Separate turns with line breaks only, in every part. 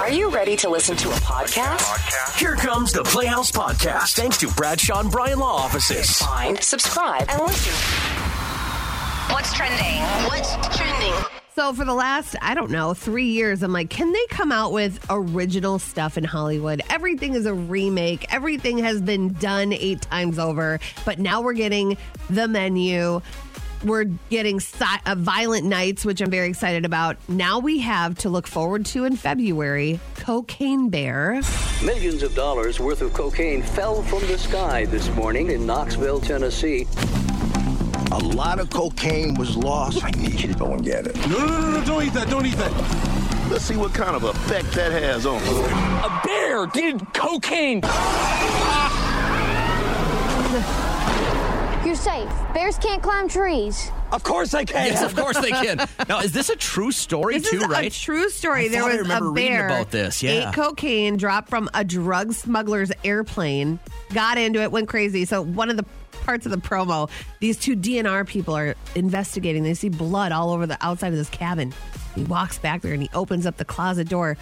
Are you ready to listen to a podcast?
Here comes the Playhouse Podcast, thanks to Bradshaw and Bryan Law Offices.
Find, subscribe, and listen.
What's trending? What's trending?
So for the last, I don't know, three years, I'm like, can they come out with original stuff in Hollywood? Everything is a remake. Everything has been done eight times over. But now we're getting the menu. We're getting si- uh, Violent Nights, which I'm very excited about. Now we have to look forward to in February Cocaine Bear.
Millions of dollars worth of cocaine fell from the sky this morning in Knoxville, Tennessee.
A lot of cocaine was lost. I need you to go and get it.
No, no, no, no, don't eat that, don't eat that.
Let's see what kind of effect that has on us.
A bear did cocaine.
You're safe. Bears can't climb trees.
Of course I can. Yes, of course they can. Now, is this a true story
This
too?
is
right?
a true story.
I
there
thought I
was
remember
a
reading
bear
about this, yeah.
ate cocaine dropped from a drug smuggler's airplane, got into it, went crazy. So one of the parts of the promo, these two DNR people are investigating. They see blood all over the outside of this cabin. He walks back there and he opens up the closet door.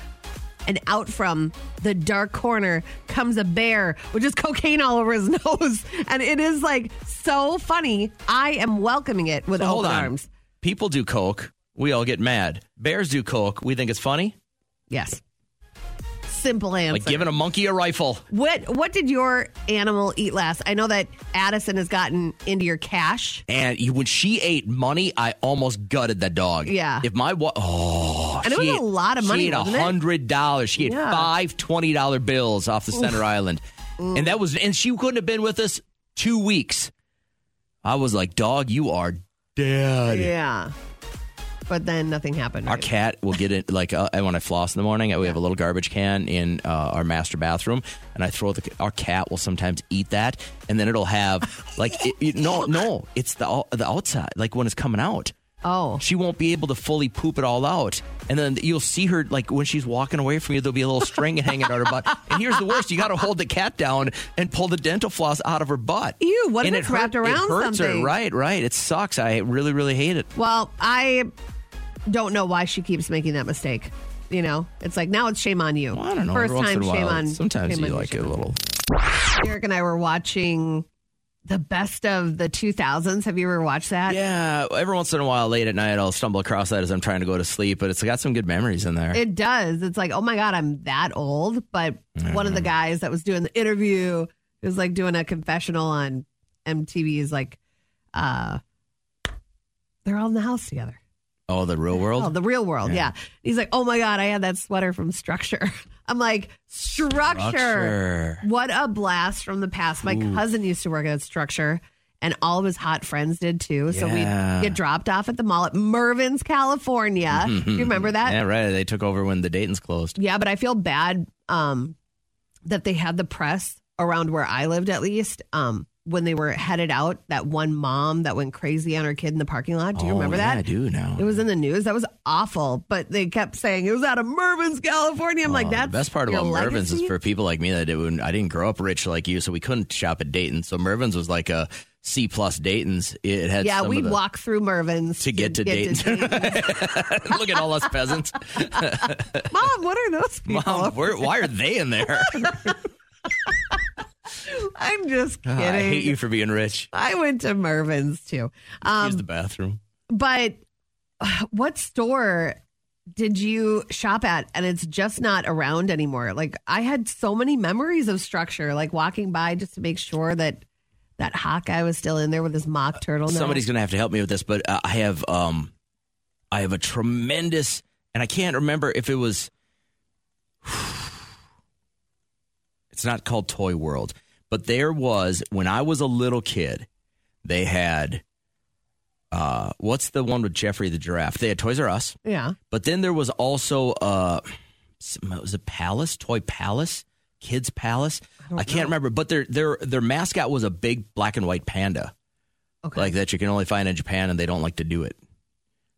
And out from the dark corner comes a bear with just cocaine all over his nose. And it is like so funny. I am welcoming it with
So hold
open
on.
arms.
People do coke. We all get mad. Bears do coke. We think it's funny.
Yes. Simple
Like
answer.
giving a monkey a rifle.
What what did your animal eat last? I know that Addison has gotten into your cash.
And you- when she ate money, I almost gutted that dog.
Yeah.
If my wa- oh,
And it
she
was a
ate-
lot of money,
She ate a
wasn't it?
hundred dollars. She ate
Yeah.
five twenty dollar bills off the center island, and that was and she couldn't have been with us two weeks. I was like, dog, you are dead.
Yeah. But then nothing happened.
Our
right?
cat will get it like uh, when I floss in the morning. We have a little garbage can in uh, our master bathroom, and I throw the. Our cat will sometimes eat that, and then it'll have like it, it- no, no, it's the out- the outside, like when it's coming out.
Oh.
She won't be able to fully poop it all out, and then you'll see her like when she's walking away from you, there'll be a little string hanging out her butt. And here's the worst: you got to hold the cat down and pull the dental floss out of her butt.
Ew, what if
and
it's wrapped
hurt-
around
It hurts
something?
her. Right, right. It sucks. I really, really hate it.
Well, I don't know why she keeps making that mistake. You know, it's like now it's shame on you.
Well, I don't know.
First
Every once
time,
in a
shame
while,
on.
Sometimes
shame
you
on
like
shame
it a
on
little.
Eric and I were watching the best of the 2000s. Have you ever watched that?
Yeah, every once in a while, late at night, I'll stumble across that as I'm trying to go to sleep, but it's got some good memories in there.
It does. It's like, oh my God, I'm that old. But one of the guys that was doing the interview was like doing a confessional on MTV is like, uh, they're all in the house together.
oh, the real world?
Oh, the real world. Yeah. He's like, oh my God, I had that sweater from Structure. I'm like, Structure.
Structure.
What a blast from the past. My cousin used to work at Structure. And all of his hot friends did too. So
Yeah.
we'd get dropped off at the mall at Mervin's, California. Do you remember that?
yeah, right. They took over when the Dayton's closed.
Yeah, but I feel bad um, that they had the press around where I lived, at least um, when they were headed out. That one mom that went crazy on her kid in the parking lot. Do you
Oh,
remember that?
yeah, I do now.
It was in the news. That was awful. But they kept saying it was out of Mervin's, California. I'm like,
Oh,
that's
the best part
your
about Mervin's is
legacy?
for people like me that it would, I didn't grow up rich like you, so we couldn't shop at Dayton. So Mervin's was like a C plus Dayton's. It had
Yeah,
some of
we'd
the-
walk through Mervin's
To get to Dayton. Look at all us peasants,
Mom, what are those people?
mom. Where, why are they in there?
I'm just kidding.
I hate you for being rich.
I went to Mervin's too. Um,
Use the bathroom.
But uh, what store did you shop at? And it's just not around anymore. Like I had so many memories of structure, like walking by just to make sure that that Hawkeye was still in there with his mock turtle.
Somebody's going to have to help me with this, but uh, I have um, I have a tremendous, and I can't remember if it was. It's not called Toy World, but there was when I was a little kid, they had. Uh, what's the one with Jeffrey the giraffe? They had Toys R Us,
yeah.
but then there was also uh, some- it was a Palace, Toy Palace, Kids Palace. I, can't remember, but their their their mascot was a big black and white panda
Okay.
like that you can only find in Japan, and they don't like to do it.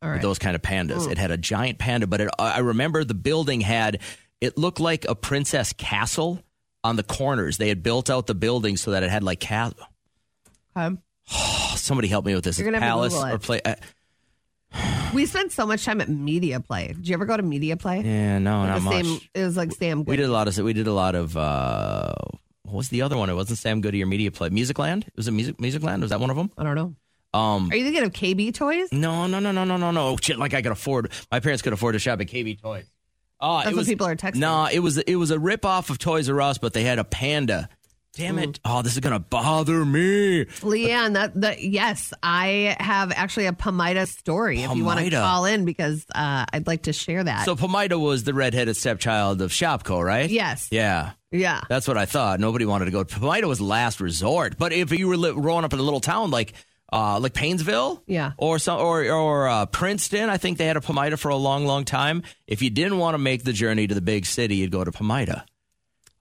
All
with
right.
Those kind of pandas. It had a giant panda, but it, I I remember the building had it looked like a princess castle on the corners. They had built out the building so that it had like ca-
Okay.
oh, somebody help me with this.
You're gonna
It's
have to
palace
Google it.
or play. Uh,
We spent so much time at media play. Did you ever go to media play?
Yeah, no,
Like
not
the
much.
Same, it was like Sam.
We
Goody.
did a lot of we did a lot of uh, what was the other one? It wasn't Sam Goody or Media Play. Music Land was it Music Music Land? Was that one of them?
I don't know.
Um,
Are you thinking of KB toys?
no, no, no, no, no, no, no. Shit, like I could afford. My parents could afford to shop at KB Toys. Oh,
That's what people are texting.
No, it was it was a rip off of Toys R Us, but they had a panda. Damn
Mm.
it! Oh, this is gonna bother me.
Leanne, that, that yes, I have actually a Pomida story. If you want to
Pomida.
call in, because uh, I'd like to share that.
So Pomida was the redheaded stepchild of Shopko, right?
Yes.
Yeah.
yeah,
That's what I thought. Nobody wanted to go. Pomida was last resort. But if you were li- growing up in a little town like uh, like Paynesville,
Yeah.
or some or or uh, Princeton, I think they had a Pomida for a long, long time. If you didn't want to make the journey to the big city, you'd go to Pomida.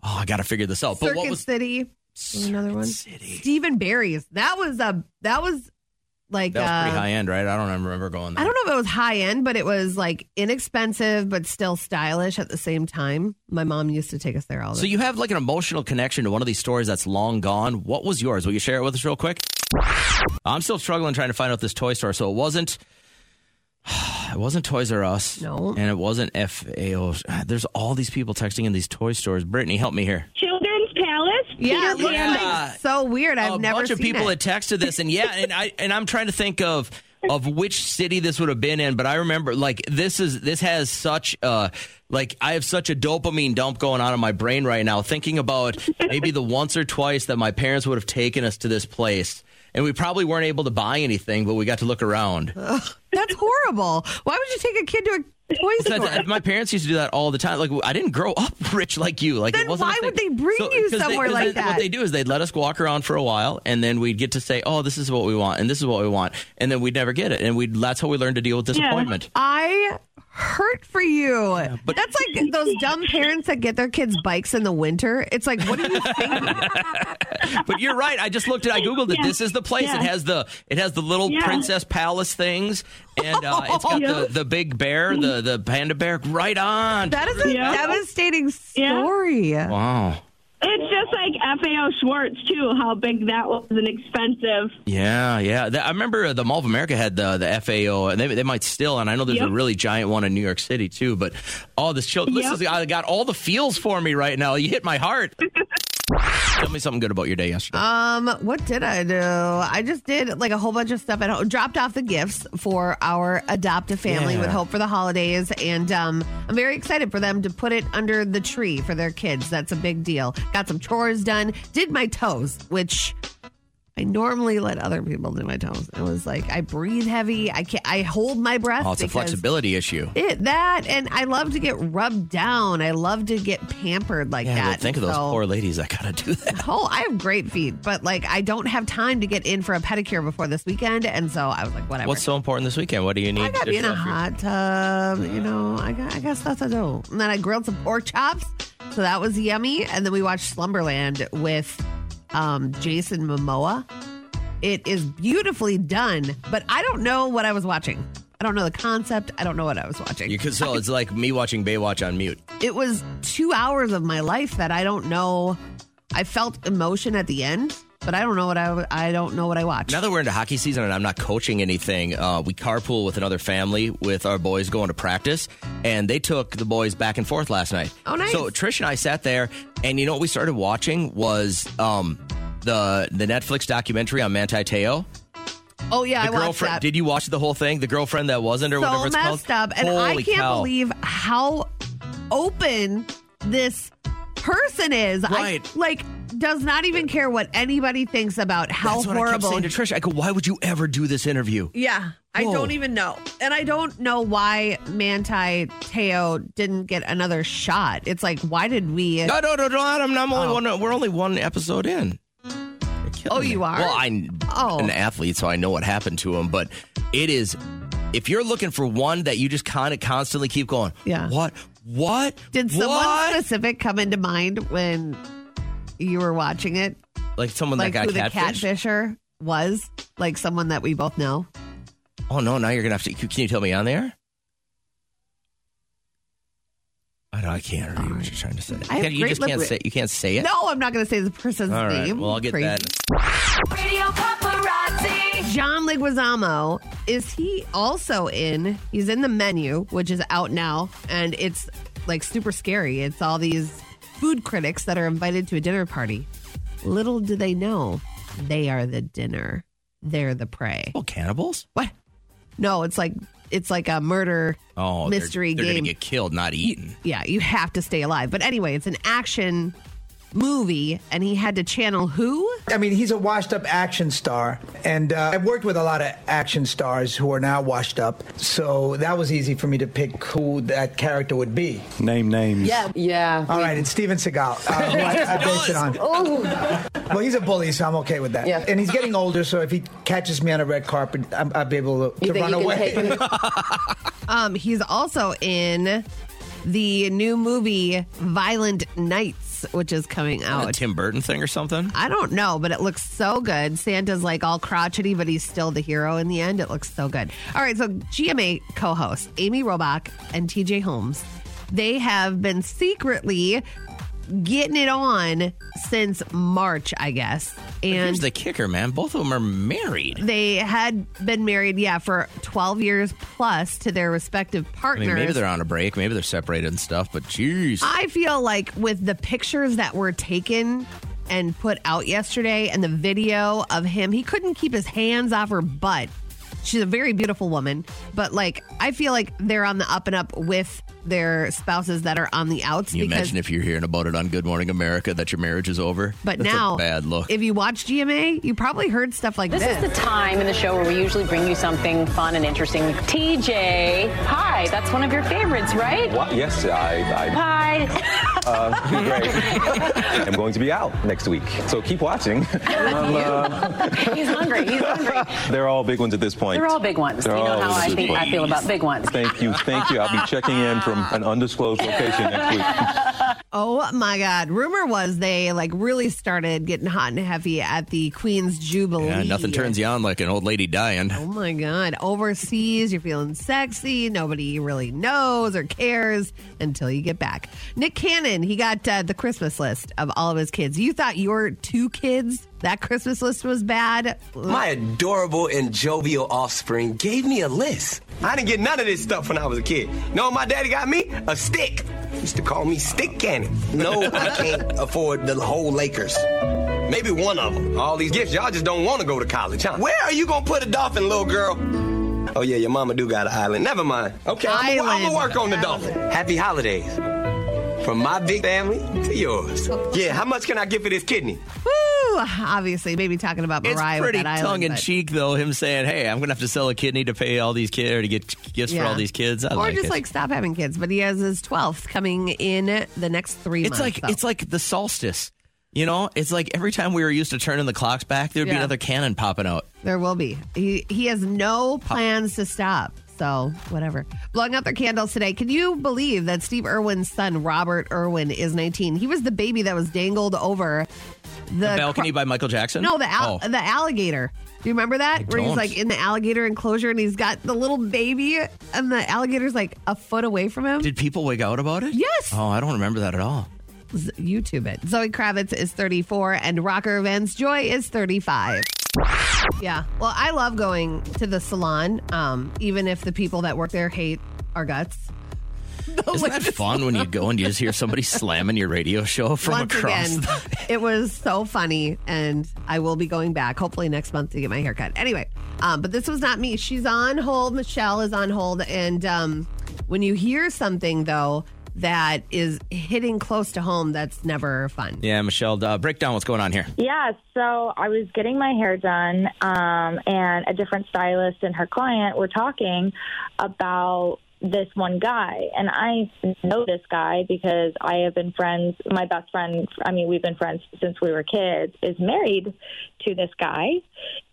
Oh, I got to figure this out. But
Circuit
what was
City, was another one.
City?
Stephen Barry's. That was a that was like
That was pretty
uh,
high end, right? I don't remember going there.
I don't know if it was high end, but it was like inexpensive but still stylish at the same time. My mom used to take us there all the
So you have like an emotional connection to one of these stories that's long gone. What was yours? Will you share it with us real quick? I'm still struggling trying to find out this toy store. So it wasn't. It wasn't Toys R Us.
No.
And it wasn't FAO. There's all these people texting in these toy stores. Brittany, help me here.
Children's Palace.
Yeah, it
Peter
looked
Pan.
like so weird. I've
a
never
bunch of
seen
people
it.
had texted this, and yeah, and I and I'm trying to think of of which city this would have been in, but I remember like this is this has such uh like I have such a dopamine dump going on in my brain right now, thinking about maybe the once or twice that my parents would have taken us to this place. And we probably weren't able to buy anything, but we got to look around.
That's horrible. Why would you take a kid to a toy store?
Because my parents used to do that all the time. Like I didn't grow up rich like you. Like
Then
it wasn't. a
why would
thing.
they bring you
'cause
somewhere
'cause
like
they-
that?
What they do is they'd let us walk around for a while, and then we'd get to say, "Oh, this is what we want, and this is what we want," and then we'd never get it, and we would that's how we learned to deal with disappointment.
I hurt for you. That's like those dumb parents that get their kids bikes in the winter. It's like, what do you think?
But you're right. I just looked at. I googled it.
Yeah.
This is the place. It
Yeah.
has the it has the little
Yeah.
princess palace things, and uh, it's got
Yeah.
the, the big bear, the the panda bear, right on.
that is a
Yeah.
devastating
Yeah.
story.
wow.
It's just like FAO Schwartz too. How big that was and expensive.
Yeah, yeah. That, I remember uh, the Mall of America had the the FAO, and they, they might still. And I know there's a
Yep.
really giant one in New York City too. But all this chill. This
Yep.
is I got all the feels for me right now. You hit my heart. Tell me something good about your day yesterday.
Um, what did I do? I just did like a whole bunch of stuff at home. Dropped off the gifts for our adoptive family
Yeah.
with Hope for the holidays, and um, I'm very excited for them to put it under the tree for their kids. That's a big deal. Got some chores done. Did my toes, which I normally let other people do my toes. It was like I breathe heavy. I can't. I hold my breath.
oh, it's a
because-
flexibility issue.
It, that and I love to get rubbed down. I love to get pampered like
Yeah,
that.
but think of those
So-
poor ladies that gotta do that.
Oh, I have great feet, but like I don't have time to get in for a pedicure before this weekend, and so I was like, whatever.
What's so important this weekend? What do you need?
I got to
to
be in a
show for your-
hot tub, you know. I got I got stuff to do, and then I grilled some pork chops, so that was yummy. And then we watched Slumberland with um, Jason Momoa. It is beautifully done, but I don't know what I was watching. I don't know the concept. I don't know what I was watching.
You could so it's like me watching Baywatch on mute.
it was two hours of my life that I don't know. I felt emotion at the end, but I don't know what I I don't know what I watched.
Now that we're into hockey season and I'm not coaching anything, uh, we carpool with another family with our boys going to practice, and they took the boys back and forth last night.
Oh, nice.
So Trish and I sat there, and you know what we started watching was um, the the Netflix documentary on Manti Te'o.
oh yeah,
The
I watched
girlfriend.
that.
Did you watch the whole thing? The girlfriend that wasn't, or
so
whatever it's called.
messed up, and I
Holy
can't
cow.
believe how open this person is.
Right.
I, like does not even care what anybody thinks about how
That's what I kept
horrible.
saying to Trish. I go, why would you ever do this interview?
yeah, I
Whoa.
don't even know, and I don't know why Manti Teo didn't get another shot. It's like why did we?
No, no, no, no, Adam. I'm only
Oh.
one. We're only one episode in. You're killing
Oh, you
me.
are?
Well, I'm
Oh.
an athlete, so I know what happened to him. But it is, if you're looking for one that you just kind of constantly keep going,
Yeah.
What? What?
Did someone
what?
specific come into mind when you were watching it?
like someone
Like
that
who
got
the
catfish?
catfisher was? Like someone that we both know?
Oh no! Now you're gonna have to. Can you tell me on there? I, don't, I can't read what you're trying to say.
I have
Can't- you
great
just
lip
can't
read-
say. You can't say it.
No, I'm not going to say the person's
All right.
name.
Well, I'll get
Crazy.
that.
Radio paparazzi.
John Leguizamo is he also in? He's in the menu, which is out now, and it's like super scary. It's all these food critics that are invited to a dinner party. Little do they know, they are the dinner. They're the prey.
Well, Oh, cannibals.
What? No, it's like it's like a murder
Oh, they're-
mystery
they're,
game.
gonna get killed, not eaten.
yeah, you have to stay alive. But anyway, it's an action movie, and he had to channel who?
I mean, he's a washed up action star. And uh, I've worked with a lot of action stars who are now washed up. So that was easy for me to pick who that character would be.
Name names.
Yeah. All right, it's Steven Seagal. Uh, who I, I based it on. Well, he's a bully, so I'm okay with that.
Yeah.
And he's getting older, so if he catches me on a red carpet, I'm, I'll be able to, to run away.
Um, he's also in the new movie Violent Nights, which is coming
A
out.
Tim Burton thing or something.
I don't know, but it looks so good. Santa's like all crotchety, but he's still the hero in the end. It looks so good. All right, so GMA co host Amy Robach and TJ Holmes, they have been secretly getting it on since March, I guess.
But
And
here's the kicker, man. Both of them are married.
they had been married, yeah, for 12 years plus to their respective
I
partners.
mean, maybe they're on a break. Maybe they're separated and stuff. But jeez,
I feel like with the pictures that were taken and put out yesterday and the video of him, he couldn't keep his hands off her butt. She's a very beautiful woman, but like I feel like they're on the up and up with their spouses that are on the outs.
Can you imagine if you're hearing about it on Good Morning America that your marriage is over?
but
That's
now,
a bad look.
if you watch GMA, you probably heard stuff like this.
This is the time in the show where we usually bring you something fun and interesting. TJ, hi, that's one of your favorites, right?
What? Yes, I.
Hi.
I uh, great. I'm going to be out next week, so keep watching. Um, uh,
He's hungry. He's hungry.
they're all big ones at this point.
They're all big ones.
They're
you know
all
how I
big
think I
ones.
feel about big ones.
Thank you, thank you. I'll be checking in from an undisclosed location next week.
Oh my God. Rumor was they like really started getting hot and heavy at the Queen's Jubilee.
yeah, nothing turns you on like an old lady dying.
Oh my God. Overseas, you're feeling sexy. Nobody really knows or cares until you get back. Nick Cannon, he got uh, the Christmas list of all of his kids. You thought your two kids, that Christmas list was bad?
My adorable and jovial offspring gave me a list. I didn't get none of this stuff when I was a kid. No, my daddy got me a stick. He used to call me Stick Cannon. No, I can't afford the whole Lakers. Maybe one of them. All these gifts, y'all just don't want to go to college, huh? Where are you gonna put a dolphin, little girl? Oh yeah, your mama do got an island. Never mind. Okay, I'm gonna
Island.
work on the dolphin. Happy holidays. From my big family to yours. Yeah, how much can I get for this kidney?
Woo! Obviously, maybe talking about
It's
Mariah
pretty
with that
tongue
island.
in
but-
cheek, though. Him saying, "Hey, I'm gonna have to sell a kidney to pay all these kids or to get gifts for
Yeah.
all these kids." I
or
like
just
it.
like stop having kids, but he has his twelfth coming in the next three
it's
months.
like
so.
it's like the solstice. You know, it's like every time we were used to turning the clocks back, there'd be
Yeah.
another cannon popping out.
There will be. He he has no plans to stop. So whatever. Blowing out their candles today. Can you believe that Steve Irwin's son, Robert Irwin, is 19? He was the baby that was dangled over the,
The, balcony by Michael Jackson.
No, the al-
Oh.
the alligator. Do you remember that? Where he's
don't.
like in the alligator enclosure and he's got the little baby and the alligator's like a foot away from him.
Did people wig out about it?
Yes.
Oh, I don't remember that at all.
Z- YouTube it. Zoe Kravitz is 34 and rocker Vance Joy is 35. Yeah. Well, I love going to the salon, um, even if the people that work there hate our guts. Oh
Isn't that fun when you go and you just hear somebody slamming your radio show from
Once
across
again,
the
it was so funny, and I will be going back hopefully next month to get my haircut. Anyway, um, but this was not me. She's on hold. Michelle is on hold, and um, when you hear something though that is hitting close to home, that's never fun.
Yeah, Michelle, uh, break down what's going on here.
Yeah, so I was getting my hair done, um, and a different stylist and her client were talking about this one guy. And I know this guy because I have been friends, my best friend, I mean, we've been friends since we were kids, is married to this guy.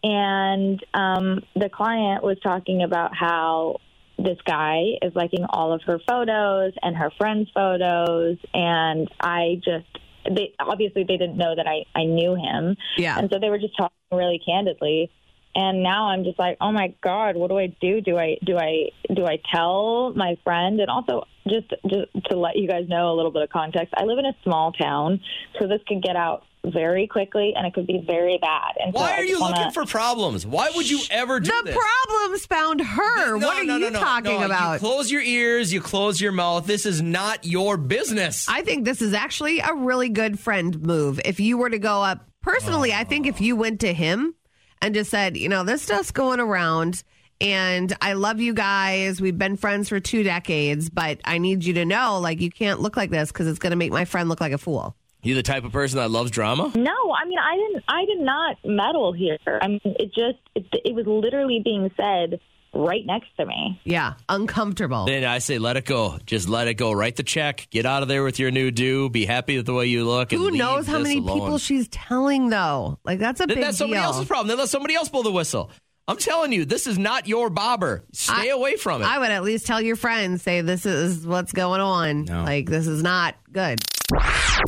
And um, the client was talking about how this guy is liking all of her photos and her friends' photos. And I just, they obviously they didn't know that I, I knew him.
Yeah.
And so they were just talking really candidly. And now I'm just like, oh my God, what do I do? Do I do I do I tell my friend? And also just just to let you guys know a little bit of context, I live in a small town, so this could get out
very quickly and it could be very bad. And so I
Why are
just
you
wanna-
looking for problems? Why would you ever do
the
this?
problems found her.
No,
what are
no, no,
you
no,
talking
no. You
about?
close your ears. You close your mouth. This is not your business.
I think this is actually a really good friend move. If you were to go up personally, I think if you went to him and just said, you know, this stuff's going around and I love you guys. We've been friends for two decades, but I need you to know like you can't look like this because it's going to make my friend look like a fool.
You the type of person that loves drama?
No, I mean I didn't. I did not meddle here. I mean it just it, it was literally being said right next to me.
Yeah, uncomfortable.
Then I say, let it go. Just let it go. Write the check. Get out of there with your new do. Be happy with the way you look. and
Who
leave
knows how
this
many
alone.
people she's telling though? Like that's a
Then
big
that's somebody
deal.
else's problem. Then let somebody else blow the whistle. I'm telling you, this is not your bobber. Stay away from it.
I would at least tell your friends, say this is what's going on. Like this is not good.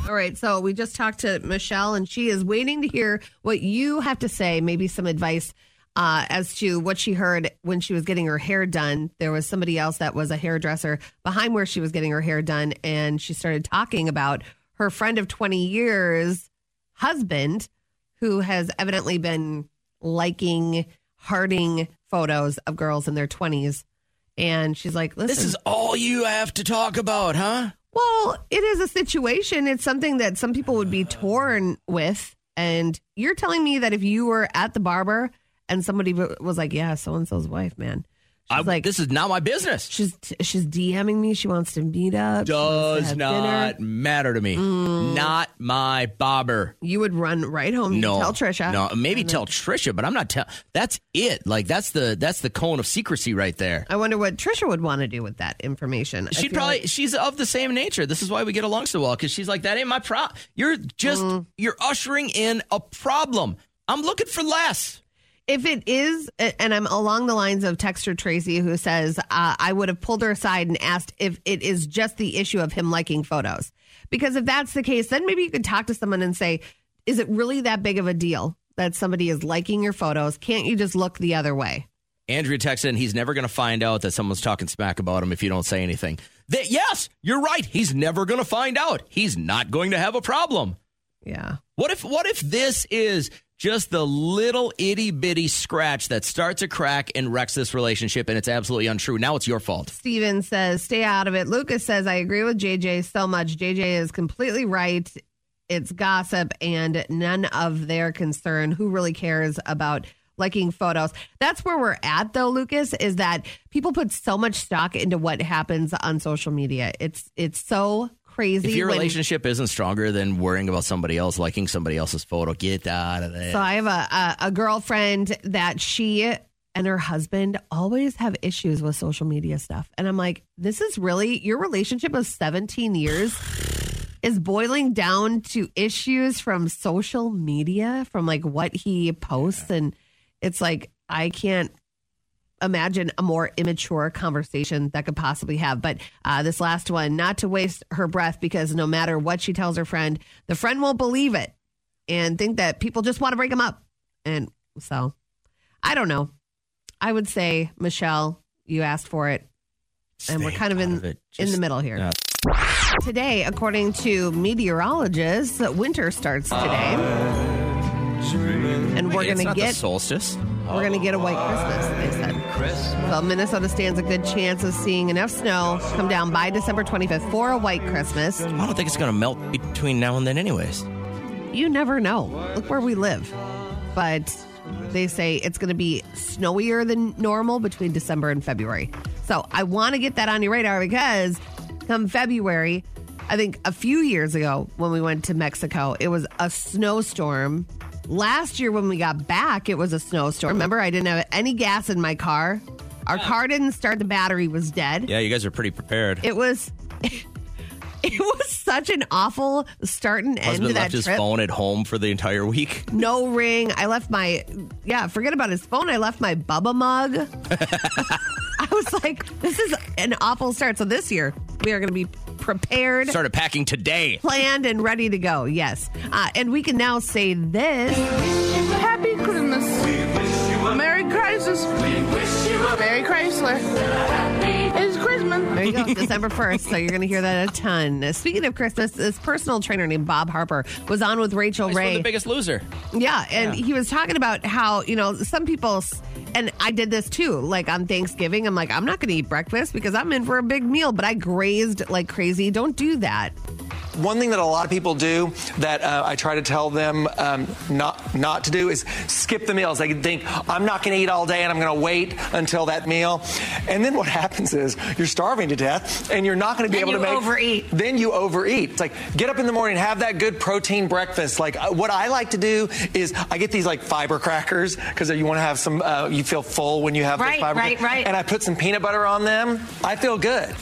All right, so we just talked to Michelle, and she is waiting to hear what you have to say. Maybe some advice uh, as to what she heard when she was getting her hair done. There was somebody else that was a hairdresser behind where she was getting her hair done, and she started talking about her friend of twenty years husband who has evidently been liking, hearting photos of girls in their 20s. And she's like, listen.
This is all you have to talk about, huh?
Well, it is a situation. It's something that some people would be torn with. And you're telling me that if you were at the barber and somebody w- was like, yeah, so and so's wife, man. She's like,
this is not my business.
She's she's DMing me. She wants to meet up. she wants to
Does
have
not
dinner.
matter to me.
Mm.
Not my bobber.
You would run right home.
No,
No, tell Trisha.
No, maybe
And then-
tell Trisha, but I'm not tell. That's it. Like that's the that's the cone of secrecy right there.
I wonder what Trisha would want to do with that information. I
She'd
feel
probably
like-
she's of the same nature. This is why we get along so well because she's like that ain't my pro. You're just
Mm-hmm.
you're ushering in a problem. I'm looking for less.
If it is, and I'm along the lines of texter Tracy, who says, uh, I would have pulled her aside and asked if it is just the issue of him liking photos. Because if that's the case, then maybe you could talk to someone and say, is it really that big of a deal that somebody is liking your photos? Can't you just look the other way?
Andrea texted in, he's never going to find out that someone's talking smack about him if you don't say anything. That yes, you're right. He's never going to find out. He's not going to have a problem.
Yeah.
What if what if this is just the little itty bitty scratch that starts a crack and wrecks this relationship and it's absolutely untrue. Now it's your fault.
Steven says, stay out of it. Lucas says, I agree with JJ so much. JJ is completely right. It's gossip and none of their concern. Who really cares about liking photos? That's where we're at, though, Lucas, is that people put so much stock into what happens on social media. It's it's so crazy.
If your
when-
relationship isn't stronger than worrying about somebody else liking somebody else's photo, get out of there.
So I have a, a, a girlfriend that she and her husband always have issues with social media stuff. And I'm like, this is really your relationship of 17 years is boiling down to issues from social media, from like what he posts. And it's like, I can't imagine a more immature conversation that could possibly have. But uh, this last one, not to waste her breath because no matter what she tells her friend, the friend won't believe it and think that people just want to break them up. And so I don't know. I would say, Michelle, you asked for it. and we're kind of in, in the middle here. Today, according to meteorologists, winter starts today. and we're
Wait, it's
going to
not the
get
solstice.
we're going to get a white Christmas, they said. So Minnesota stands a good chance of seeing enough snow come down by December 25th for a white Christmas.
I don't think it's going to melt between now and then, anyways.
You never know. Look where we live. But they say it's going to be snowier than normal between December and February. So I want to get that on your radar because come February, I think a few years ago when we went to Mexico, it was a snowstorm. Last year when we got back, it was a snowstorm. Remember, I didn't have any gas in my car. Our car didn't start, the battery was dead.
Yeah, you guys are pretty prepared.
It was it was such an awful start and end
Husband
to that
left his
trip.
phone at home for the entire week.
No ring. I left my yeah, forget about his phone. I left my Bubba mug. I was like, this is an awful start. So this year we are gonna be prepared.
Started packing today.
Planned and ready to go, yes. Uh, and we can now say this Happy Christmas. Merry Christmas.
Merry Chrysler. It's Christmas.
Merry you go. December 1st. So you're going to hear that a ton. Speaking of Christmas, this personal trainer named Bob Harper was on with Rachel
He's one of
Ray.
the biggest loser.
Yeah, and he was talking about how, you know, some people, s- and I did this too, like on Thanksgiving, I'm like, I'm not going to eat breakfast because I'm in for a big meal, but I grazed like crazy. Don't do that.
One thing that a lot of people do that uh, I try to tell them um, not not to do is skip the meals. They can think I'm not going to eat all day and I'm going to wait until that meal, and then what happens is you're starving to death and you're not going to be
Then
able to
you
make
overeat.
Then you overeat. It's like get up in the morning, have that good protein breakfast. Like uh, what I like to do is I get these like fiber crackers because you want to have some. Uh, you feel full when you have
Right,
the fiber.
right, right.
And I put some peanut butter on them. I feel good.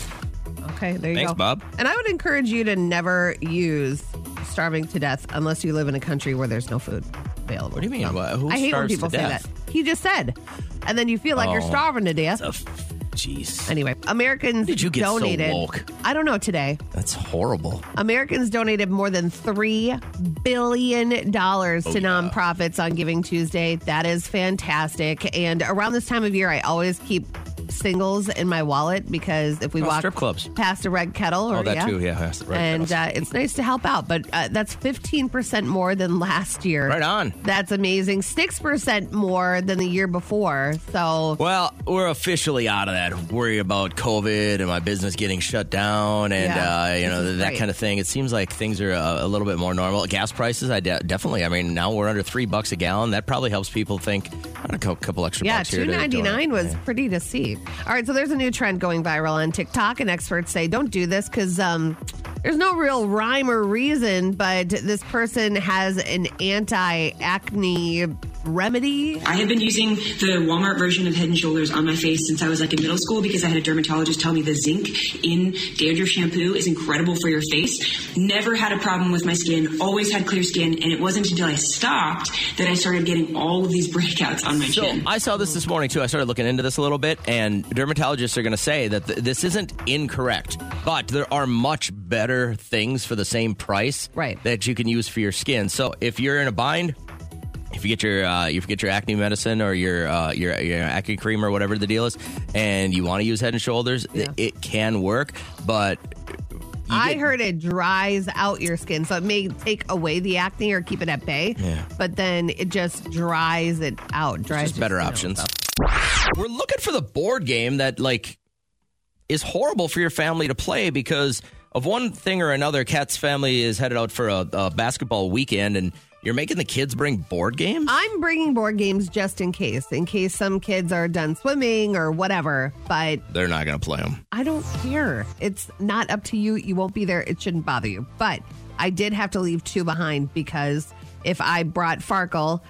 Okay, there you
Thanks,
go.
Bob.
And I would encourage you to never use starving to death unless you live in a country where there's no food available. What do you
mean? Wha- who
I hate when
starves to
people say
death?
that. He just said. And then you feel like you're
Oh,
starving to death.
Jeez.
Anyway, Americans
Did you get so
donated.
woke?
I don't know today.
That's horrible.
Americans donated more than $3 billion dollars
Oh,
to
yeah.
nonprofits on Giving Tuesday. That is fantastic. And around this time of year, I always keep singles in my wallet because if we
Oh,
walk
strip clubs.
past a red kettle or
Oh, that too, yeah, yes, red
and uh, it's nice to help out but uh, that's 15% more than last year right
on
that's amazing 6% more than the year before so
Well, we're officially out of that worry about COVID and my business getting shut down and
Yeah,
uh, you
this
know
is
th- that
great.
kind of thing. It seems like things are uh, a, a little bit more normal. Gas prices, I de- definitely. I mean, now we're under three bucks a gallon. That probably helps people think. I got a cou- couple extra
Yeah,
bucks here.
two
to
ninety
donate."
nine was
Yeah.
pretty to see. All right, so there's a new trend going viral on TikTok, and experts say don't do this because um, there's no real rhyme or reason. But this person has an anti acne remedy.
I have been using the Walmart version of Head and Shoulders on my face since I was like in middle school because I had a dermatologist tell me the zinc in dandruff shampoo is incredible for your face. Never had a problem with my skin, always had clear skin, and it wasn't until I stopped that I started getting all of these breakouts on my
So
chin.
I saw this this morning too. I started looking into this a little bit, and dermatologists are going to say that th- this isn't incorrect, but there are much better things for the same price right. that you can use for your skin. So if you're in a bind, if you get your uh, if you get your acne medicine or your uh, your your acne cream or whatever the deal is, and you want to use Head and Shoulders, th- it can work, but
I heard it dries out your skin, so it may take away the acne or keep it at bay.
Yeah.
But then it just dries it out. Dries
just better
your skin out.
options. We're looking for the board game that like is horrible for your family to play because of one thing or another. Kat's family is headed out for a, a basketball weekend, and you're making the kids bring board games.
I'm bringing board games just in case, in case some kids are done swimming or whatever. But
They're not going to play them.
I don't care. It's not up to you. You won't be there. It shouldn't bother you. But I did have to leave two behind because if I brought Farkle,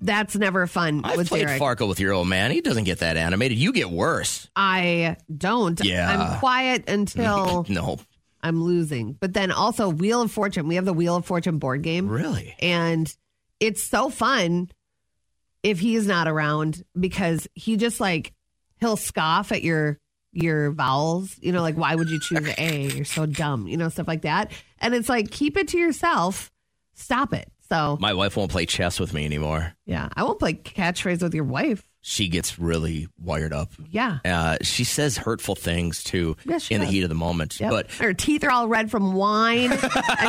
that's never fun
I
with
played
Derek.
Farkle with your old man. He doesn't get that animated. You get worse.
I don't.
Yeah.
I'm quiet until
No.
I'm losing. But then also Wheel of Fortune. We have the Wheel of Fortune board game.
Really?
And it's so fun if he's not around because he just like he'll scoff at your your vowels, you know, like why would you choose A? You're so dumb, you know, stuff like that. And it's like keep it to yourself. Stop it. So
My wife won't play chess with me anymore.
yeah, I won't play catchphrase with your wife.
She gets really wired up.
Yeah.
Uh, she says hurtful things too
Yeah, she
in the
does.
heat of the moment.
Yep.
But
her teeth are all red from wine, and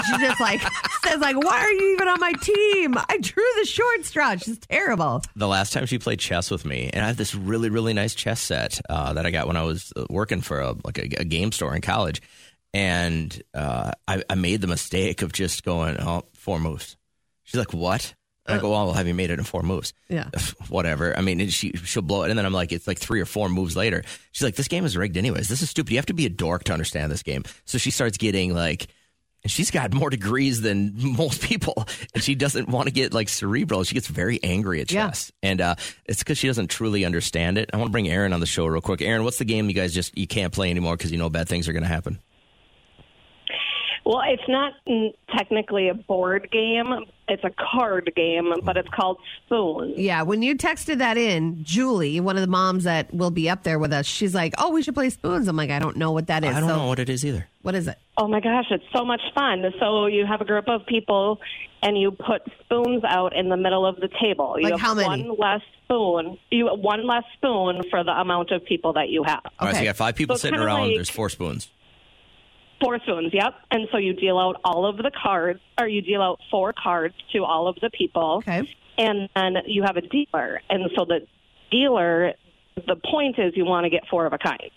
she just like says, "Like, why are you even on my team? I drew the short straw. She's terrible."
the last time she played chess with me, and I have this really really nice chess set uh, that I got when I was uh, working for a like a, a game store in college, and uh, I, I made the mistake of just going oh four moves. She's like, "What?" And I go, "Well, have you made it in four moves?"
Yeah.
Whatever. I mean, and she she'll blow it, and then I'm like, it's like three or four moves later. She's like, "This game is rigged, anyways. This is stupid. You have to be a dork to understand this game." So she starts getting like. And she's got more degrees than most people, and she doesn't want to get like cerebral. She gets very angry at chess, and uh, it's because she doesn't truly understand it. I want to bring Aaron on the show real quick. Aaron, what's the game you guys just you can't play anymore because you know bad things are going to happen?
Well, it's not mm, technically a board game. It's a card game, but it's called Spoon.
Yeah, when you texted that in, Julie, one of the moms that will be up there with us, she's like, "Oh, we should play spoons." I'm like, "I don't know what that is."
I don't
So,
know what it is either.
What is it?
oh my gosh, it's so much fun. So you have a group of people and you put spoons out in the middle of the table. Oh, You
Like
have
how many?
one less spoon. You one less spoon for the amount of people that you have.
All right, so you got five people
So
sitting
kinda
around.
like-
There's four spoons.
Four spoons, yep. And so you deal out all of the cards, or you deal out four cards to all of the people.
Okay.
And then you have a dealer. And so the dealer, the point is you want to get four of a kind.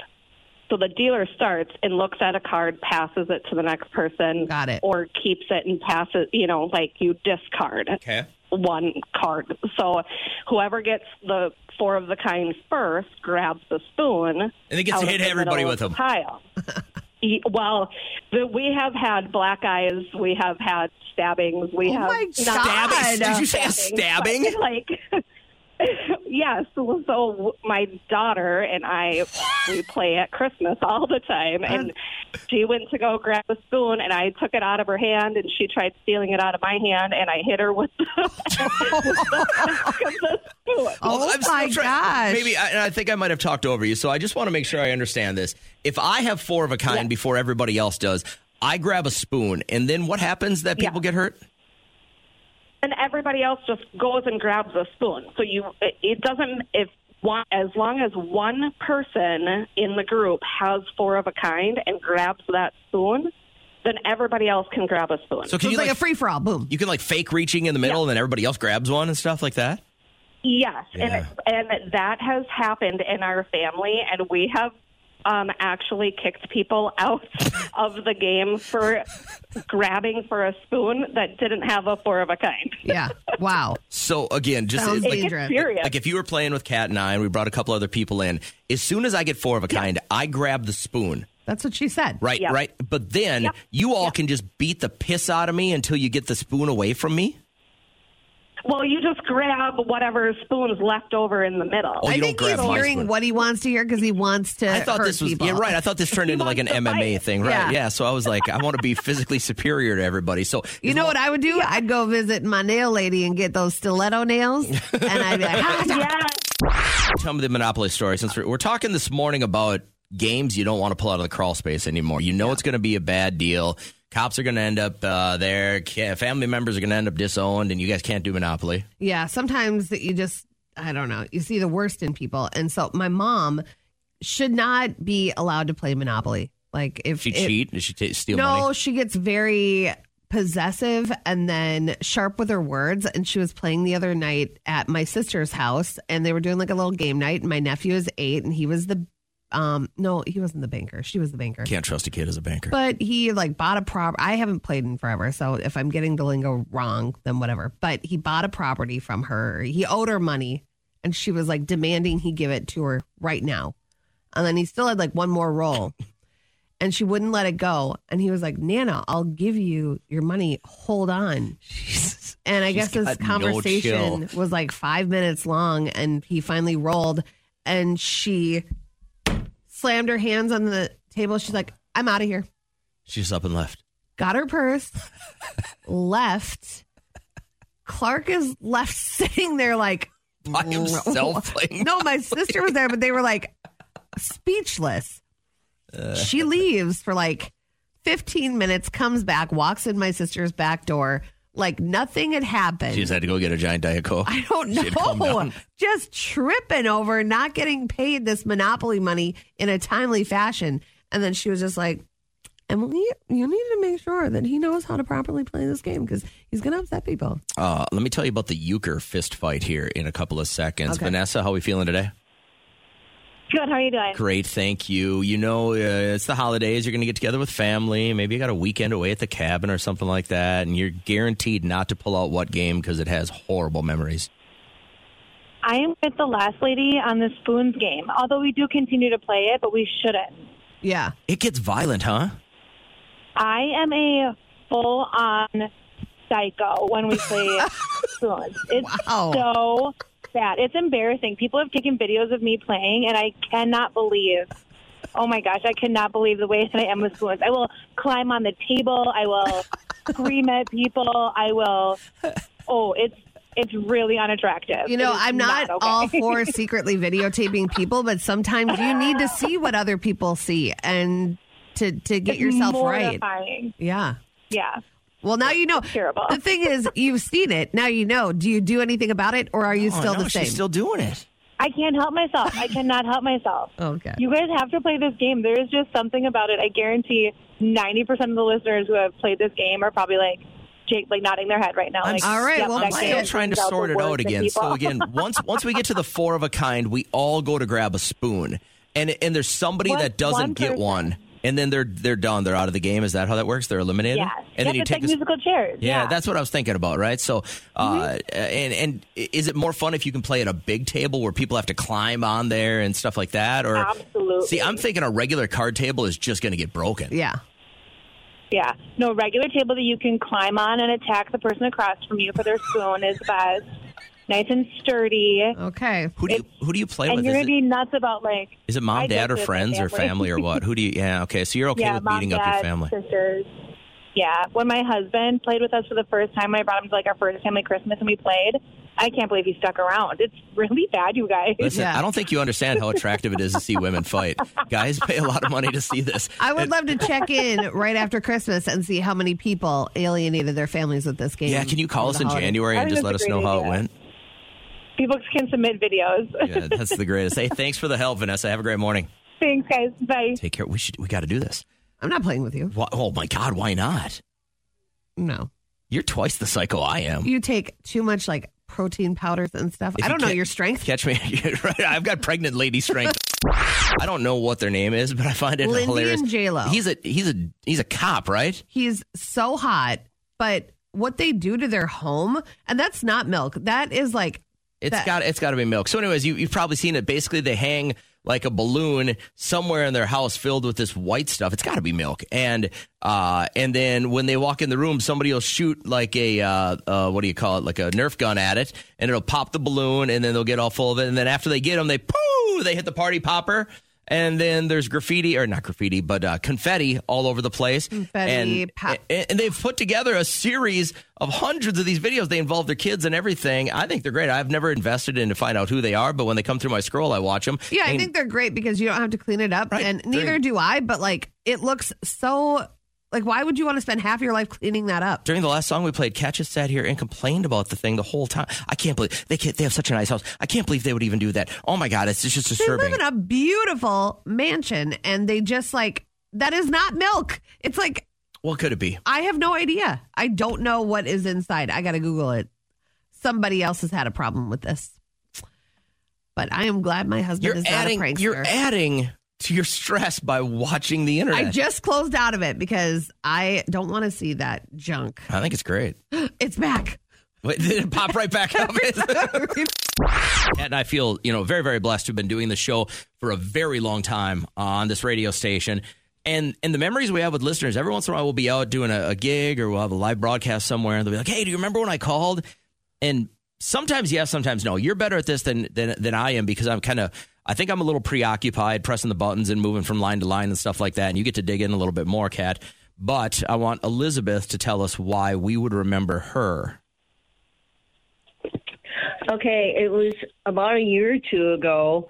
So the dealer starts and looks at a card, passes it to the next person. Got it. Or keeps it and passes, you know, like you discard
Okay.
one card. So whoever gets the four of the kind first grabs the spoon. And
they get to hit everybody with 'em.
Pile. E- well, the, we have had black eyes. We have had stabbings. We
Oh
have
my
not-
Stabbing? Did you say a
stabbings, but, Like. Yes, so so my daughter and I we play at Christmas all the time, and
Uh-huh.
she went to go grab a spoon, and I took it out of her hand, and she tried stealing it out of my hand, and I hit her with
Oh
Well, I'm still
my
trying-
gosh.
Maybe I, and I think I might have talked over you, so I just want to make sure I understand this. If I have four of a kind before everybody else does, I grab a spoon, and then what happens? That people get hurt.
and everybody else just goes and grabs a spoon. So you, it- it doesn't if one as long as one person in the group has four of a kind and grabs that spoon, then everybody else can grab a spoon.
So can you like,
free for all? Boom.
You can like fake reaching in the middle, and then everybody else grabs one and stuff like that.
Yes,
Yeah.
and and that has happened in our family, and we have um, actually kicked people out of the game for grabbing for a spoon that didn't have a four of a kind.
Yeah. Wow.
So again, just
Sounds
like,
dangerous. It gets serious.
like if you were playing with Cat and I, and we brought a couple other people in, as soon as I get four of a kind, I grab the spoon.
That's what she said.
Right, right. But then you all can just beat the piss out of me until you get the spoon away from me.
Well, you just grab whatever spoon's left over in the middle.
Oh, you I don't think grab he's my
Hearing
spoon.
what he wants to hear because he wants to.
I thought
hurt
this was
people.
yeah, right. I thought this turned into like an MMA thing, right?
Yeah.
Yeah. So I was like, I want to be physically superior to everybody. So
You know what I would do? I'd go visit my nail lady and get those stiletto nails, and I'd be like, "Ah,
tell me the Monopoly story. Since we're, we're talking this morning about games you don't want to pull out of the crawl space anymore, you know it's going to be a bad deal. Cops are going to end up uh, there. Ca- Family members are going to end up disowned, and you guys can't do Monopoly.
Yeah, sometimes that you just I don't know. You see the worst in people, and so my mom should not be allowed to play Monopoly. Like if
She
it-
cheat. She t- steal
no,
money.
she gets very possessive and then sharp with her words. And she was playing the other night at my sister's house, and they were doing like a little game night. And my nephew is eight, and he was the um no, he wasn't the banker. She was the banker.
Can't trust a kid as a banker.
But he like bought a prop. I haven't played in forever, so if I'm getting the lingo wrong, then whatever. But he bought a property from her. He owed her money, and she was like demanding he give it to her right now. And then he still had like one more roll, and she wouldn't let it go. And he was like, "Nana, I'll give you your money. Hold on." And I
She's
guess this
got no
conversation
chill.
was like five minutes long, and he finally rolled, and she slammed her hands on the table. She's like, "I'm out of here."
She just up and left.
got her purse, left. Clark is left sitting there like
by himself.
no, my sister was there, but they were like speechless. She leaves for like 15 minutes, comes back, walks in my sister's back door like nothing had happened.
She just had to go get a giant diet coke.
I don't
She had to calm
know.
down.
Just tripping over not getting paid this monopoly money in a timely fashion. And then she was just like, Emily, you need to make sure that he knows how to properly play this game because he's going to upset people.
Uh, let me tell you about the euchre fist fight here in a couple of seconds.
Okay.
Vanessa, how are we feeling today?
Good. How are you doing?
Great, thank you. You know, uh, it's the holidays. You're going to get together with family. Maybe you got a weekend away at the cabin or something like that, and you're guaranteed not to pull out what game because it has horrible memories.
I am with the last lady on the spoons game. Although we do continue to play it, but we shouldn't.
Yeah.
It gets violent, huh?
I am a full on psycho when we play spoons. It's so bad. It's embarrassing. People have taken videos of me playing, and I cannot believe. Oh my gosh, I cannot believe the way that I am with spoons. I will climb on the table. I will scream at people. I will. Oh, it's it's really unattractive.
You know,
It is
I'm not,
okay.
all for secretly videotaping people, but sometimes you need to see what other people see. And to to get
It's
yourself right.
mortifying.
Yeah.
Yeah.
Well, now you know. Terrible. The thing is, you've seen it. Now you know. Do you do anything about it, or are you
Oh,
still
no,
the same?
she's still doing it.
I can't help myself. I cannot help myself.
Oh, Okay.
You guys have to play this game. There is just something about it. I guarantee 90% of the listeners who have played this game are probably like, Jake, like nodding their head right now. like,
all right,
yep,
well,
that
I'm
I'm still
game
trying to
brings
sort
the
it out
worst in
again. So
people.
again, once once we get to the four of a kind, we all go to grab a spoon, and and there's somebody
One-
that doesn't
one
get
person.
one, and then they're they're done. They're out of the game. Is that how that works? They're eliminated.
yeah.
And then
Yep,
you
it's
take
like
this.
musical chairs. Mm-hmm.
Yeah, that's what I was thinking about, right? So, uh, and and is it more fun if you can play at a big table where people have to climb on there and stuff like that? Or
Absolutely.
see, I'm thinking a regular card table is just going to get broken.
Yeah.
Yeah. No, regular table that you can climb on and attack the person across from you for their spoon is best. Nice and sturdy.
Okay.
Who do you who do you play
and
with?
you're
Is
going to
it,
be nuts about like.
is it mom,
I
dad,
go
or
to my
friends, or family, or what? Who do you? Yeah, okay. So you're okay
yeah,
with
mom,
beating
dad,
up your family.
sisters. Yeah. When my husband played with us for the first time, I brought him to like our first family Christmas and we played. I can't believe he stuck around. It's really bad, you guys.
Listen, I don't think you understand how attractive it is to see women fight. Guys pay a lot of money to see this.
I would
And-
love to check in right after Christmas and see how many people alienated their families with this game.
Yeah, can you call
over
us
the
in
holidays.
January
I
and
think that's
just let
a great
us know how it
idea.
went?
People can submit videos.
Yeah, that's the greatest. Hey, thanks for the help, Vanessa. Have a great morning.
Thanks, guys. Bye.
Take care. We should. We got to do this.
I'm not playing with you.
Why, oh my God! Why not?
No.
You're twice the psycho I am.
You take too much like protein powders and stuff.
If
I
you
don't know
can't-
your strength.
Catch me. right, I've got pregnant lady strength. I don't know what their name is, but I find it
Lindy
hilarious.
and J-Lo.
He's a he's a he's a cop, right?
He's so hot, but what they do to their home, and that's not milk. That is like
It's
that-
got it's got to be milk. So, anyways, you, you've probably seen it. Basically, they hang like a balloon somewhere in their house filled with this white stuff. It's got to be milk. And uh, and then when they walk in the room, somebody will shoot like a uh, uh, what do you call it? Like a Nerf gun at it, and it'll pop the balloon, and then they'll get all full of it. And then after they get them, they poo, they hit the party popper. And then there's graffiti, or not graffiti, but uh, confetti all over the place.
Confetti,
and, and, and they've put together a series of hundreds of these videos. They involve their kids and everything. I think they're great. I've never invested in to find out who they are, but when they come through my scroll, I watch them.
Yeah, I think they're great because you don't have to clean it up, and neither do I. But like, it looks so like why would you want to spend half your life cleaning that up?
During the last song we played, Katja sat here and complained about the thing the whole time. I can't believe they can't, they have such a nice house. I can't believe they would even do that. Oh my god, it's just, it's
They live
disturbing.
in a beautiful mansion, and they just like that is not milk. It's like
What could it be?
I have no idea. I don't know what is inside. I got to Google it. Somebody else has had a problem with this. But I am glad my husband
You're
is
adding
not a prankster.
you're adding to your stress by watching the internet.
I just closed out of it because I don't want to see that junk.
I think it's great.
It's back.
Wait, did it pop right back up? Kat and I feel, you know, very, very blessed to have been doing the show for a very long time on this radio station. And and the memories we have with listeners, every once in a while we'll be out doing a, a gig or we'll have a live broadcast somewhere and they'll be like, Hey, do you remember when I called? And sometimes yes, sometimes no. You're better at this than than than I am because I'm kind of I think I'm a little preoccupied pressing the buttons and moving from line to line and stuff like that. And you get to dig in a little bit more, Kat. But I want Elizabeth to tell us why we would remember her.
Okay, it was about a year or two ago,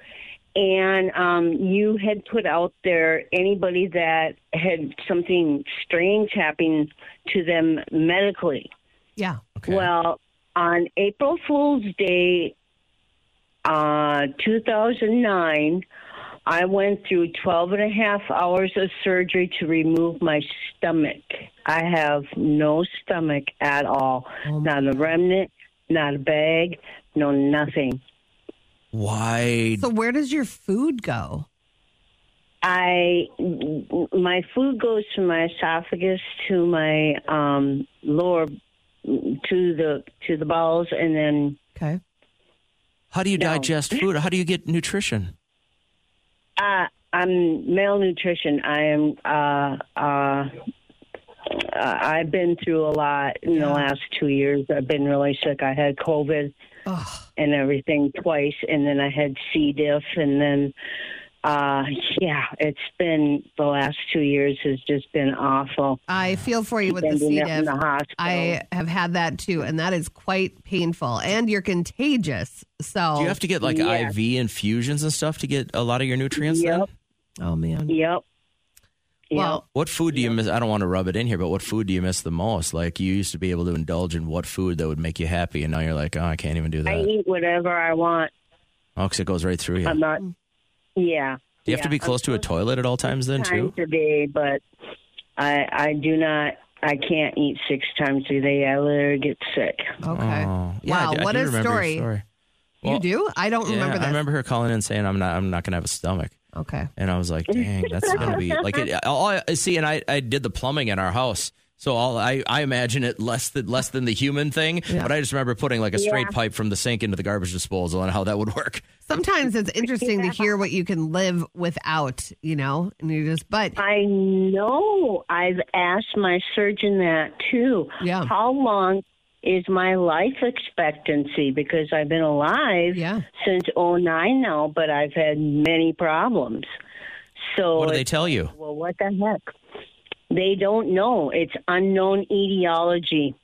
and um, you had put out there anybody that had something strange happen to them medically.
Yeah.
Well, on April Fool's Day, uh, 2009, I went through 12 and a half hours of surgery to remove my stomach. I have no stomach at all, not a remnant, not a bag, no nothing.
Why?
So where does your food go?
I my food goes from my esophagus to my um, lower to the to the bowels and then
okay.
How do you digest food? How do you get nutrition?
Uh, I'm malnutrition. I am. Uh, uh, uh, I've been through a lot in the last two years. I've been really sick. I had COVID and everything twice, and then I had C. diff, and then uh, yeah, it's been the last two years has just been awful.
I feel for you with the
Ending
C.
up in
diff.
the hospital.
I have had that too, and that is quite painful. And you're contagious. So
Do
Oh,
you have to get like IV infusions and stuff to get a lot of your nutrients? Then?
Oh man.
Yep.
Well,
What food do you miss? I don't want to rub it in here, but what food do you miss the most? Like you used to be able to indulge in what food that would make you happy, and now you're like, oh, I can't even do
I
that.
eat whatever I want.
Oh, because it goes right through you.
I'm not. Yeah. Uh-huh.
do you have to be close to a toilet at all times then too?
times a day, but I I do not. I can't eat six times a day. I literally get sick.
Okay.
Oh, yeah,
Wow,
I do- I
what
do
a
remember your
story.
Well,
you do? I don't
yeah,
remember
I
that.
remember her calling in saying, "I'm not, I'm not gonna have a stomach."
Okay.
And I was like, "Dang, that's gonna be like." It, all I see, and I, I did the plumbing in our house, so all I, I imagine it less than less than the human thing. But I just remember putting like a straight
Yeah.
pipe from the sink into the garbage disposal and how that would work.
Sometimes it's interesting to hear what you can live without, you know, and you just, but.
I know. I've asked my surgeon that too. Yeah. How long is my life expectancy? Because I've been alive since '09 now, but I've had many problems. So
What do they
it's-
tell you?
Well, what the heck? They don't know. It's unknown etiology.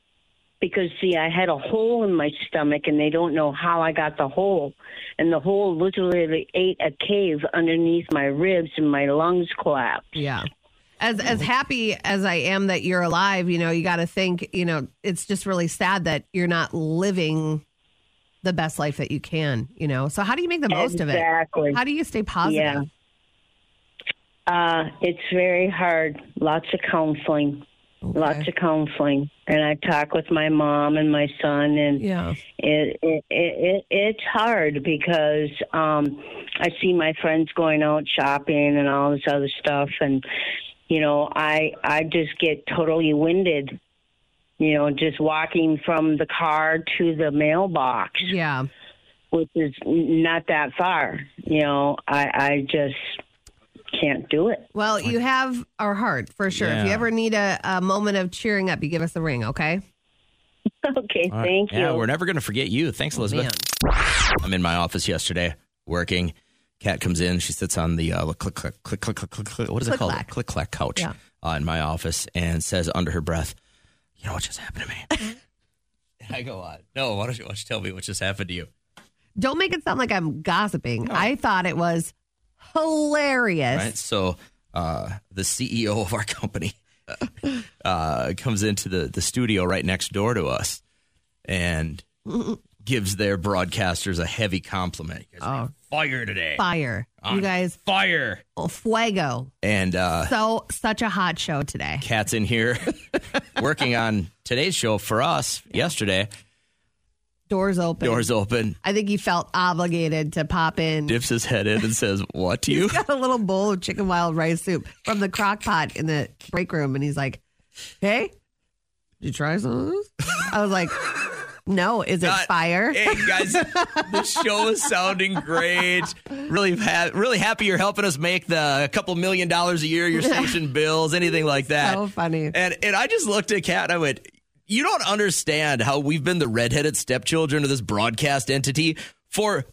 Because, see, I had a hole in my stomach and they don't know how I got the hole. And the hole literally ate a cave underneath my ribs and my lungs collapsed.
Yeah. As as happy as I am that you're alive, you know, you got to think, you know, it's just really sad that you're not living the best life that you can, you know. So how do you make the most of it?
Exactly.
How do you stay positive?
Yeah. Uh, it's very hard. Lots of counseling. Lots of counseling, and I talk with my mom and my son, and
yeah.
it, it, it, it it's hard because um, I see my friends going out shopping and all this other stuff, and you know, I I just get totally winded, you know, just walking from the car to the mailbox,
yeah,
which is n- not that far, you know. I I just can't do it.
Well, you have our heart for sure. If you
Yeah.
ever need a, a moment of cheering up, you give us a ring, okay?
okay,
All right. Yeah, we're never going to forget you. Thanks, Elizabeth. I'm in my office yesterday working. Kat comes in. She sits on the uh, click, click, click, click, click, click, click. What is it called?
Click-clack.
Click, clack couch
Yeah.
uh, in my office and says under her breath, You know what just happened to me? I go on. No, why don't, you, why don't you tell me what just happened to you?
Don't make it sound like I'm gossiping. I thought it was hilarious.
Right? So uh, the CEO of our company uh, comes into the, the studio right next door to us and gives their broadcasters a heavy compliment. You guys are on fire today.
Fire.
On
you guys
fire.
Oh, fuego.
And uh,
so such a hot show today.
Cat's in here working on today's show for us yesterday.
Doors open.
Doors open.
I think he felt obligated to pop in.
Dips his head in and says, What to you?
He's got a little bowl of chicken wild rice soup from the crock pot in the break room, and he's like, "Hey, did you try some of this?" I was like, "No, is it
Not-
fire?"
Hey guys, the show is sounding great. Really, ha- really happy you're helping us make the couple million dollars a year your station bills, anything like that.
So funny.
And and I just looked at Kat and I went, "You don't understand how we've been the redheaded stepchildren of this broadcast entity for."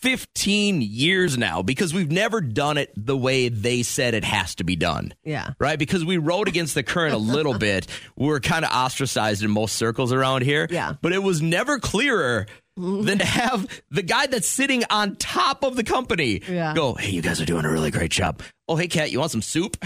15 years now because we've never done it the way they said it has to be done
Yeah.
right? Because we rode against the current a little bit. We were kind of ostracized in most circles around here. Yeah. But it was never clearer
Mm-hmm.
than to have the guy that's sitting on top of the company
Yeah.
go, hey, you guys are doing a really great job. Oh, hey, Kat, you want some soup?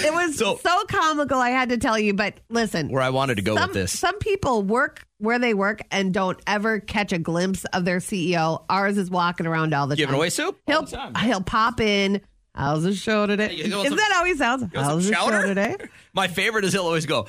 It was so, comical. I had to tell you, but listen,
Where I wanted to go
some,
with this.
Some people work where they work and don't ever catch a glimpse of their CEO. Ours is walking around all the
Giving
time.
away soup?
He'll he'll pop in. How's the show today?
you want
Isn't
some-
that how he sounds?
you want some
How's eh? the show
chowder?"
today?
my favorite is he'll always go,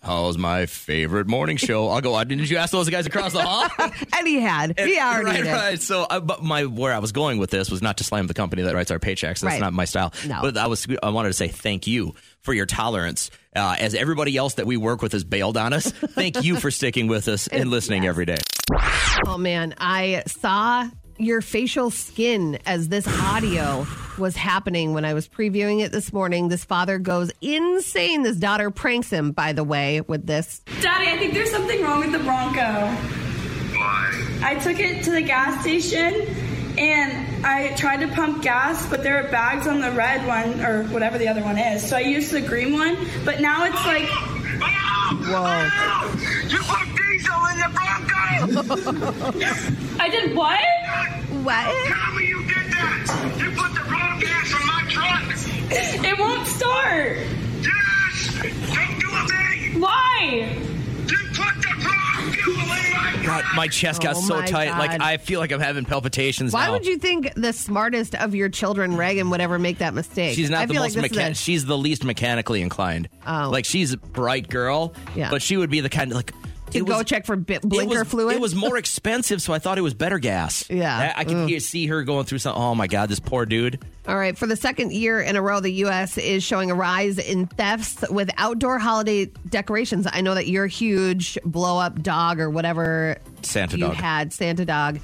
How's my favorite morning show? I'll go, "Uh, Didn't you ask those guys across the hall?
and he had. he already
right,
did.
right. So, uh, but my where I was going with this was not to slam the company that writes our paychecks. That's
Right.
not my style.
No.
But I was I wanted to say thank you for your tolerance. Uh, as everybody else that we work with has bailed on us, thank you for sticking with us and listening every day.
Oh man, I saw your facial skin as this audio was happening when I was previewing it this morning. This father goes insane. This daughter pranks him, by the way, with this.
Daddy, I think there's something wrong with the Bronco. I took it to the gas station and I tried to pump gas, but there are bags on the red one or whatever the other one is. So I used the green one, but now it's like.
Whoa.
You put diesel in the Bronco! I did what?
What?
Tell me you did that! You put the wrong gas in my truck! It won't start. Yes! Don't do it, Why?
God, my chest got
Oh
so
my
tight. Like
God.
I feel like I'm having palpitations
Why
now.
would you think the smartest of your children, Reagan, would ever make that mistake?
She's not
I
the
feel
most
like this
mechan-
is
she's the least mechanically inclined.
Oh.
Like she's a bright girl,
Yeah.
but she would be the kind of like
a, to
it
go
was-
check for bi- blinker
it was,
fluid.
It was more expensive, so I thought it was better gas.
Yeah.
I, I could hear, see her going through something. Oh my god, this poor dude.
All right, for the second year in a row, the U.S. is showing a rise in thefts with outdoor holiday decorations. I know that your huge blow up dog or whatever
Santa
you
dog.
had, Santa dog,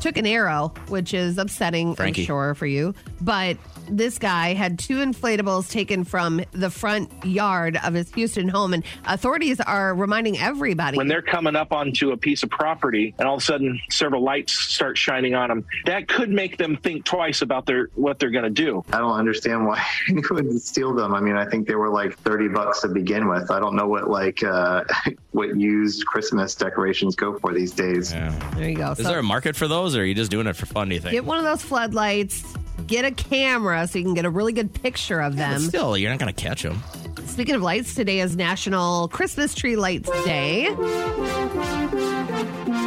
took an arrow, which is upsetting,
Frankie.
I'm sure, for you. But this guy had two inflatables taken from the front yard of his Houston home, and authorities are reminding everybody
When they're coming up onto a piece of property and all of a sudden several lights start shining on them, that could make them think twice about their what they're going to do.
I don't understand why anyone would steal them. I mean, I think they were like 30 bucks to begin with. I don't know what like uh, what used Christmas decorations go for these days.
There you go.
Is there a market for those, or are you just doing it for fun? Do you think?
get one of those floodlights, get a camera so you can get a really good picture of
But
them.
still, you're not going to catch them.
Speaking of lights, today is National Christmas Tree Lights Day.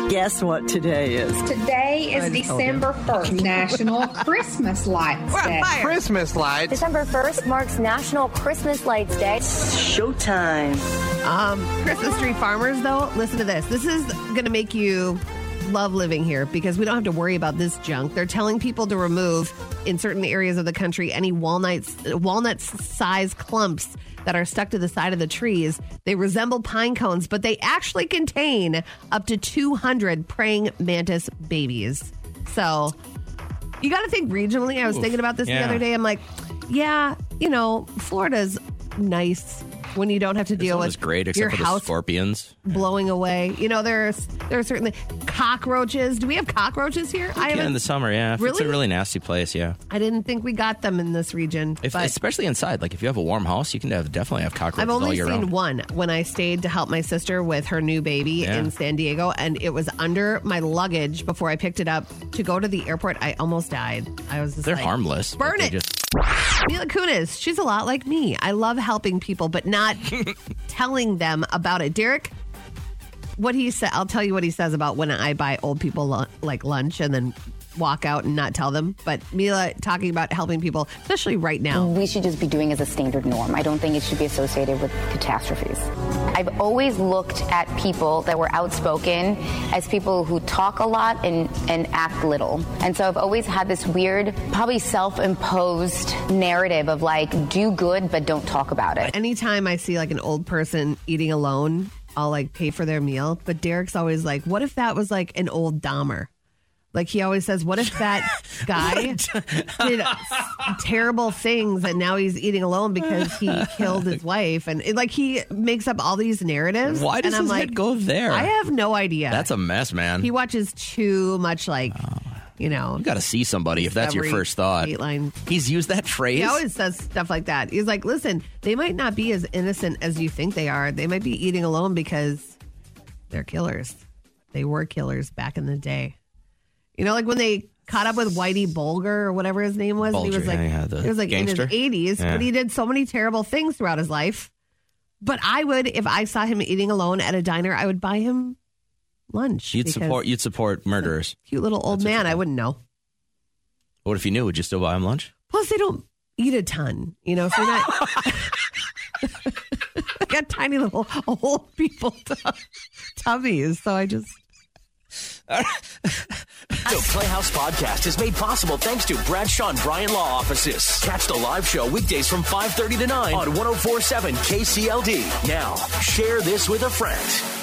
Guess what today is?
Today
I
is
just told you.
December 1st, National Christmas Lights Day.
Christmas lights.
December 1st marks National Christmas Lights Day.
Showtime. Um, Christmas tree farmers, though, listen to this. This is going to make you love living here because we don't have to worry about this junk. They're telling people to remove in certain areas of the country any walnuts, walnut size clumps that are stuck to the side of the trees. They resemble pine cones, but they actually contain up to 200 praying mantis babies. So you got to think regionally. I was
Oof,
thinking about this
yeah.
the other day. I'm like, yeah, you know, Florida's nice when you don't have to deal
It
with
was great,
your
except for the
house
scorpions.
blowing away. You know, there's there's certainly cockroaches. Do we have cockroaches here? I
Yeah, in
haven't.
the summer, yeah. If It's a
Really?
really nasty place, yeah.
I didn't think we got them in this region.
If,
but
especially inside, like if you have a warm house, you can have, definitely have cockroaches
I've
all
only
year
seen
round.
one when I stayed to help my sister with her new baby
Yeah.
in San Diego, and it was under my luggage before I picked it up to go to the airport. I almost died. I was just
They're
like,
harmless.
Burn
but they
it.
just-
Mila Kunis, she's a lot like me. I love helping people, but not telling them about it. Derek, what he said, I'll tell you what he says about when I buy old people lu- like lunch and then walk out and not tell them. But Mila talking about helping people, especially right now.
We should just be doing as a standard norm. I don't think it should be associated with catastrophes.
I've always looked at people that were outspoken as people who talk a lot and, and act little. And so I've always had this weird, probably self imposed narrative of like, do good, but don't talk about it.
Anytime I see like an old person eating alone, I'll like pay for their meal. But Derek's always like, what if that was like an old Dahmer? Like he always says, what if that guy did s- terrible things and now he's eating alone because he killed his wife? And it, like he makes up all these narratives.
Why does
and I'm
his
like,
head go there?
I have no idea.
That's a mess, man.
he
You
watches too much like, you know.
got to see somebody if that's your
Discovery,
first thought.
Dateline.
He's used that phrase.
He always says stuff like that. He's like, listen, they might not be as innocent as you think they are. They might be eating alone because they're killers. They were killers back in the day. You know, like when they caught up with Whitey Bulger or whatever his name was. and he
Bulger,
was like,
yeah, yeah, the
he was like
gangster.
in his eighties,
Yeah.
but he did so many terrible things throughout his life. But I would, if I saw him eating alone at a diner, I would buy him lunch.
You'd
because
support. You'd support murderers.
cute little old man. I wouldn't know.
What if you knew? Would you still buy him lunch?
Plus, they don't eat a ton, you know. So they're not. I got tiny little old people tu- tummies, so I just
The Playhouse Podcast is made possible thanks to Bradshaw and Bryan Law Offices. Catch the live show weekdays from 5.30 to 9 on 104.7 KCLD. Now, share this with a friend.